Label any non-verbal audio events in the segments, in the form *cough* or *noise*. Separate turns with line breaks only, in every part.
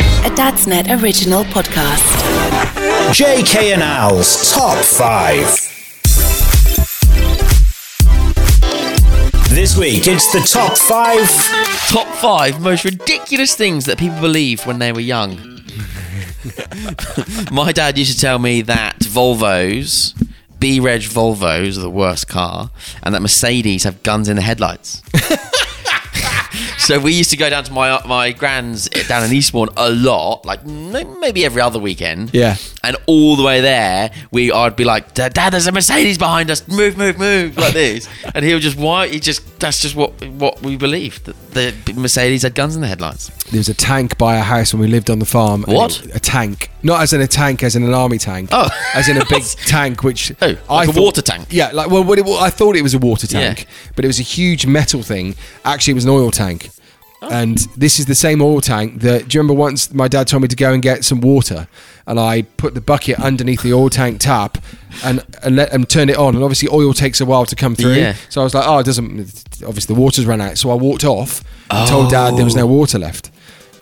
Dadsnet original podcast.
JK and Al's Top 5. This week it's the top 5.
Top five most ridiculous things that people believed when they were young. My dad used to tell me that Volvos, B Reg Volvos, are the worst car, and that Mercedes have guns in the headlights. *laughs* so we used to go down to my my grand's down in Eastbourne a lot, like m- maybe every other weekend.
Yeah.
And all the way there, we I'd be like, "Dad, Dad, there's a Mercedes behind us. Move, move, move!" Like this, and he would just why he just that's just what what we believed that the Mercedes had guns in the headlights.
There was a tank by our house when we lived on the farm. and
What?
it- a tank. Not as in a tank, as in an army tank.
Oh.
As in a
*laughs*
big tank, which.
Oh, like a water tank.
Yeah, like, well, what it, wa- I thought it was a water tank,
Yeah.
but it was a huge metal thing. Actually, it was an oil tank.
Oh.
And this is the same oil tank that. Do you remember once my dad told me to go and get some water? And I put the bucket underneath the oil tank tap and, and let and turn it on. And obviously, oil takes a while to come through.
Yeah.
So I was like, oh, it doesn't. Obviously, the water's run out. So I walked off and told dad there was
Oh.
no water left.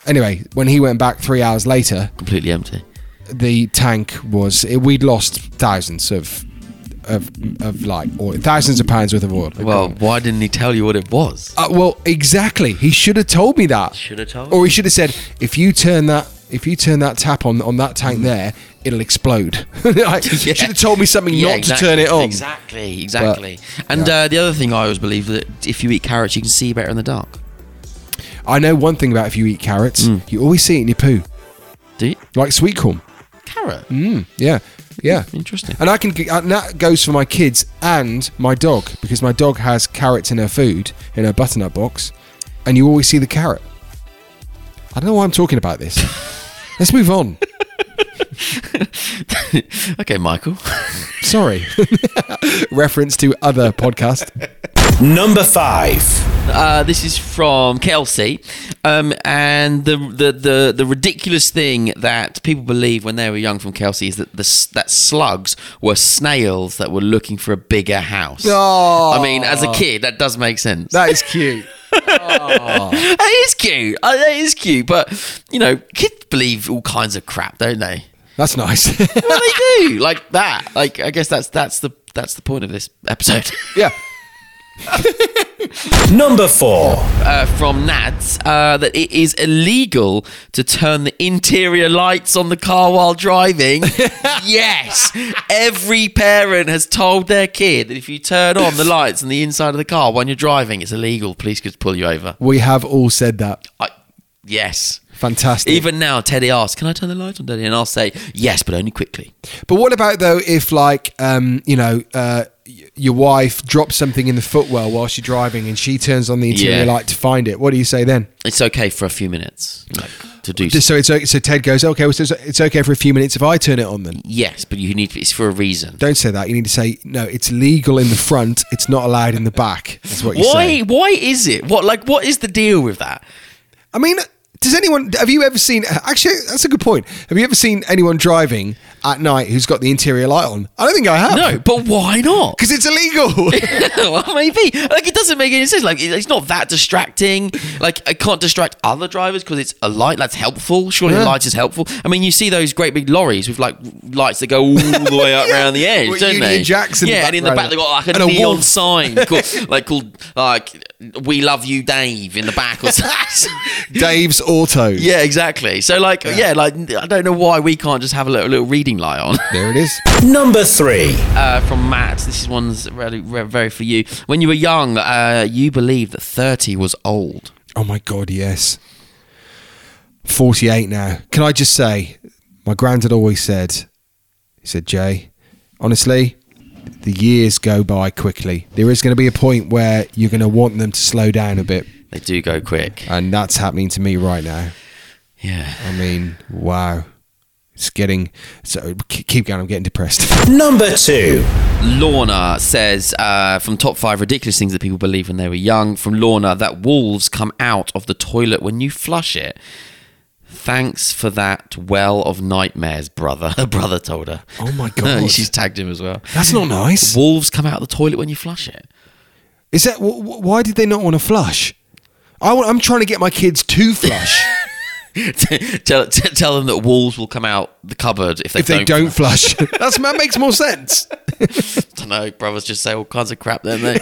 Anyway, when he went back three hours later,
Completely empty.
the tank was. It, we'd lost thousands of. Of, of like oil, thousands of pounds worth of oil.
Well, why didn't he tell you what it was?
Uh, well, exactly. He should have told me that.
Should have told
Or he should have said, if you turn that, if you turn that tap on on that tank there, it'll explode. *laughs*
*laughs*
like, you Should have told me something
Mm. Yeah,
not
exactly,
to turn it on.
Exactly, exactly. and uh, the other thing I always believe that if you eat carrots, you can see better in the dark.
I know one thing about if you eat carrots,
Mm.
you always see it in your poo,
Do you?
like sweet corn.
Carrot.
Yeah, yeah.
Interesting.
And Hmm? I can, g- and that goes for my kids and my dog because my dog has carrots in her food in her butternut box, and you always see the carrot. I don't know why I'm talking about this. Let's move on.
okay, Michael. *laughs*
Sorry. *laughs* Reference to other podcast.
Number 5.
Uh, this is from Kelsey, um, and the, the the the ridiculous thing that people believe when they were young from Kelsey is that the s- that slugs were snails that were looking for a bigger house. I mean, as a kid, that does make sense.
That is cute.
that is cute. Uh, that is cute. But you know, kids believe all kinds of crap, don't they?
That's nice. *laughs*
Well, they do *laughs* like that. Like I guess that's that's the that's the point of this episode. *laughs*
yeah.
Number 4.
uh, from Nads uh, that it is illegal to turn the interior lights on the car while driving. yes, every parent has told their kid that if you turn on the lights on the inside of the car when you're driving, it's illegal. Police could pull you over.
We have all said that.
I, yes.
Fantastic.
Even now, Teddy asks, "Can I turn the light on, Daddy?" And I'll say, "Yes, but only quickly."
but what about though if like um, you know, uh, y- your wife drops something in the footwell while she's driving and she turns on the interior
Yeah.
light to find it. What do you say then?
It's okay for a few minutes like, to do.
Just so it's o- so Ted goes, "Okay, well, so it's- it's okay for a few minutes if I turn it on then."
yes, but you need it's for a reason.
Don't say that. You need to say, "No, it's legal in the front, it's not allowed in the back." That's what you say.
Why? Why is it? What like what is the deal with that?
I mean, does anyone have you ever seen? Actually, that's a good point. Have you ever seen anyone driving at night who's got the interior light on? I don't think I have. *laughs*
No, but why not?
because
*laughs*
it's illegal.
well, maybe. Like, it doesn't make any sense. Like, it- it's not that distracting. Like, it can't distract other drivers because it's a light that's helpful. Surely
Yeah.
a light is helpful. I mean, you see those great big lorries with like lights that go all
*laughs*
the way up
Yeah.
around the edge,
With
don't
Union
they?
Jacks in the
yeah, and in the back
background.
they got like a
And a
neon
wolf. *laughs*
sign called, like called like "We love you, Dave" in the back or something.
*laughs*
*laughs*
Dave's auto.
yeah, exactly. So like, yeah. like I don't know why we can't just have a little, little reading light on.
There it is.
Number 3.
uh, from Matt. This is one's really, re- very for you. When you were young, uh, you believed that 30 was old.
Oh my god, yes. Forty-eight now. Can I just say, my granddad always said, he said, Jay, honestly, the years go by quickly. There is going to be a point where you're going to want them to slow down a bit,
They do go quick.
and that's happening to me right now.
Yeah.
I mean, wow. It's getting so k- keep going. I'm getting depressed.
Number 2.
Lorna says uh, from top five ridiculous things that people believe when they were young. From Lorna, that wolves come out of the toilet when you flush it. Thanks for that well of nightmares, brother. *laughs* Her brother told her.
Oh
*laughs*
my God.
She's tagged him as well.
That's not nice.
Wolves come out of the toilet when you flush it. *laughs*
Is that wh- wh- why did they not want to flush? I, am trying to get my kids to flush.
tell, t- tell them that walls will come out the cupboard if *laughs* they
if they
don't.
don't flush. *laughs* That's that makes more sense.
I don't know. Brothers just say all kinds of crap, don't they? *laughs*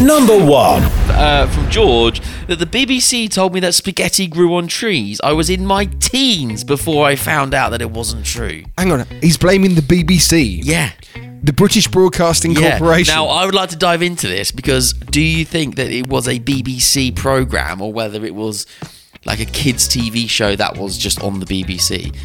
Number one.
uh, from George that the BBC told me that spaghetti grew on trees. I was in my teens before I found out that it wasn't true.
Hang on, he's blaming the BBC,
Yeah.
the British Broadcasting
Yeah.
Corporation.
Now, I would like to dive into this because do you think that it was a BBC program or whether it was like a kids' TV show that was just on the BBC?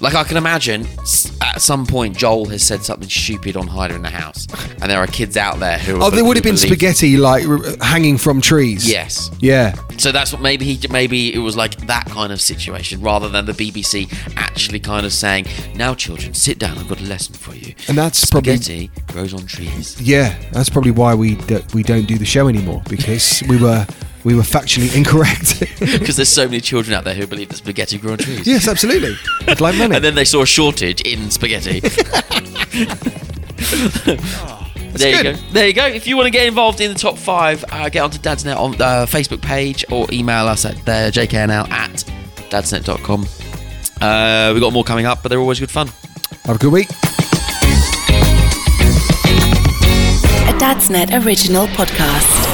Like, I can imagine s- at some point Joel has said something stupid on Hider in the House, and there are kids out there who
oh,
are.
there would have been
believe-
spaghetti like r- hanging from trees.
Yes.
Yeah.
So that's what maybe he maybe it was like that kind of situation rather than the BBC actually kind of saying, "Now, children, sit down. I've got a lesson for you."
And that's probably-
spaghetti grows on
*laughs*
trees. *laughs*
Yeah, that's probably why we d- we don't do the show anymore because we were we were factually *laughs* incorrect.
Because there's so many children out there who believe that spaghetti grew on trees.
yes, absolutely. I'd like
*laughs*
money.
And then they saw a shortage in
*laughs*
spaghetti. *laughs*
Ah,
there you
good.
go. There you go. If you want to get involved in the top five, uh, get onto Dadsnet on the Facebook page or email us at uh, jknl at dadsnet.com. Uh, we've got more coming up, but they're always good fun.
Have a good week.
A Dadsnet original podcast.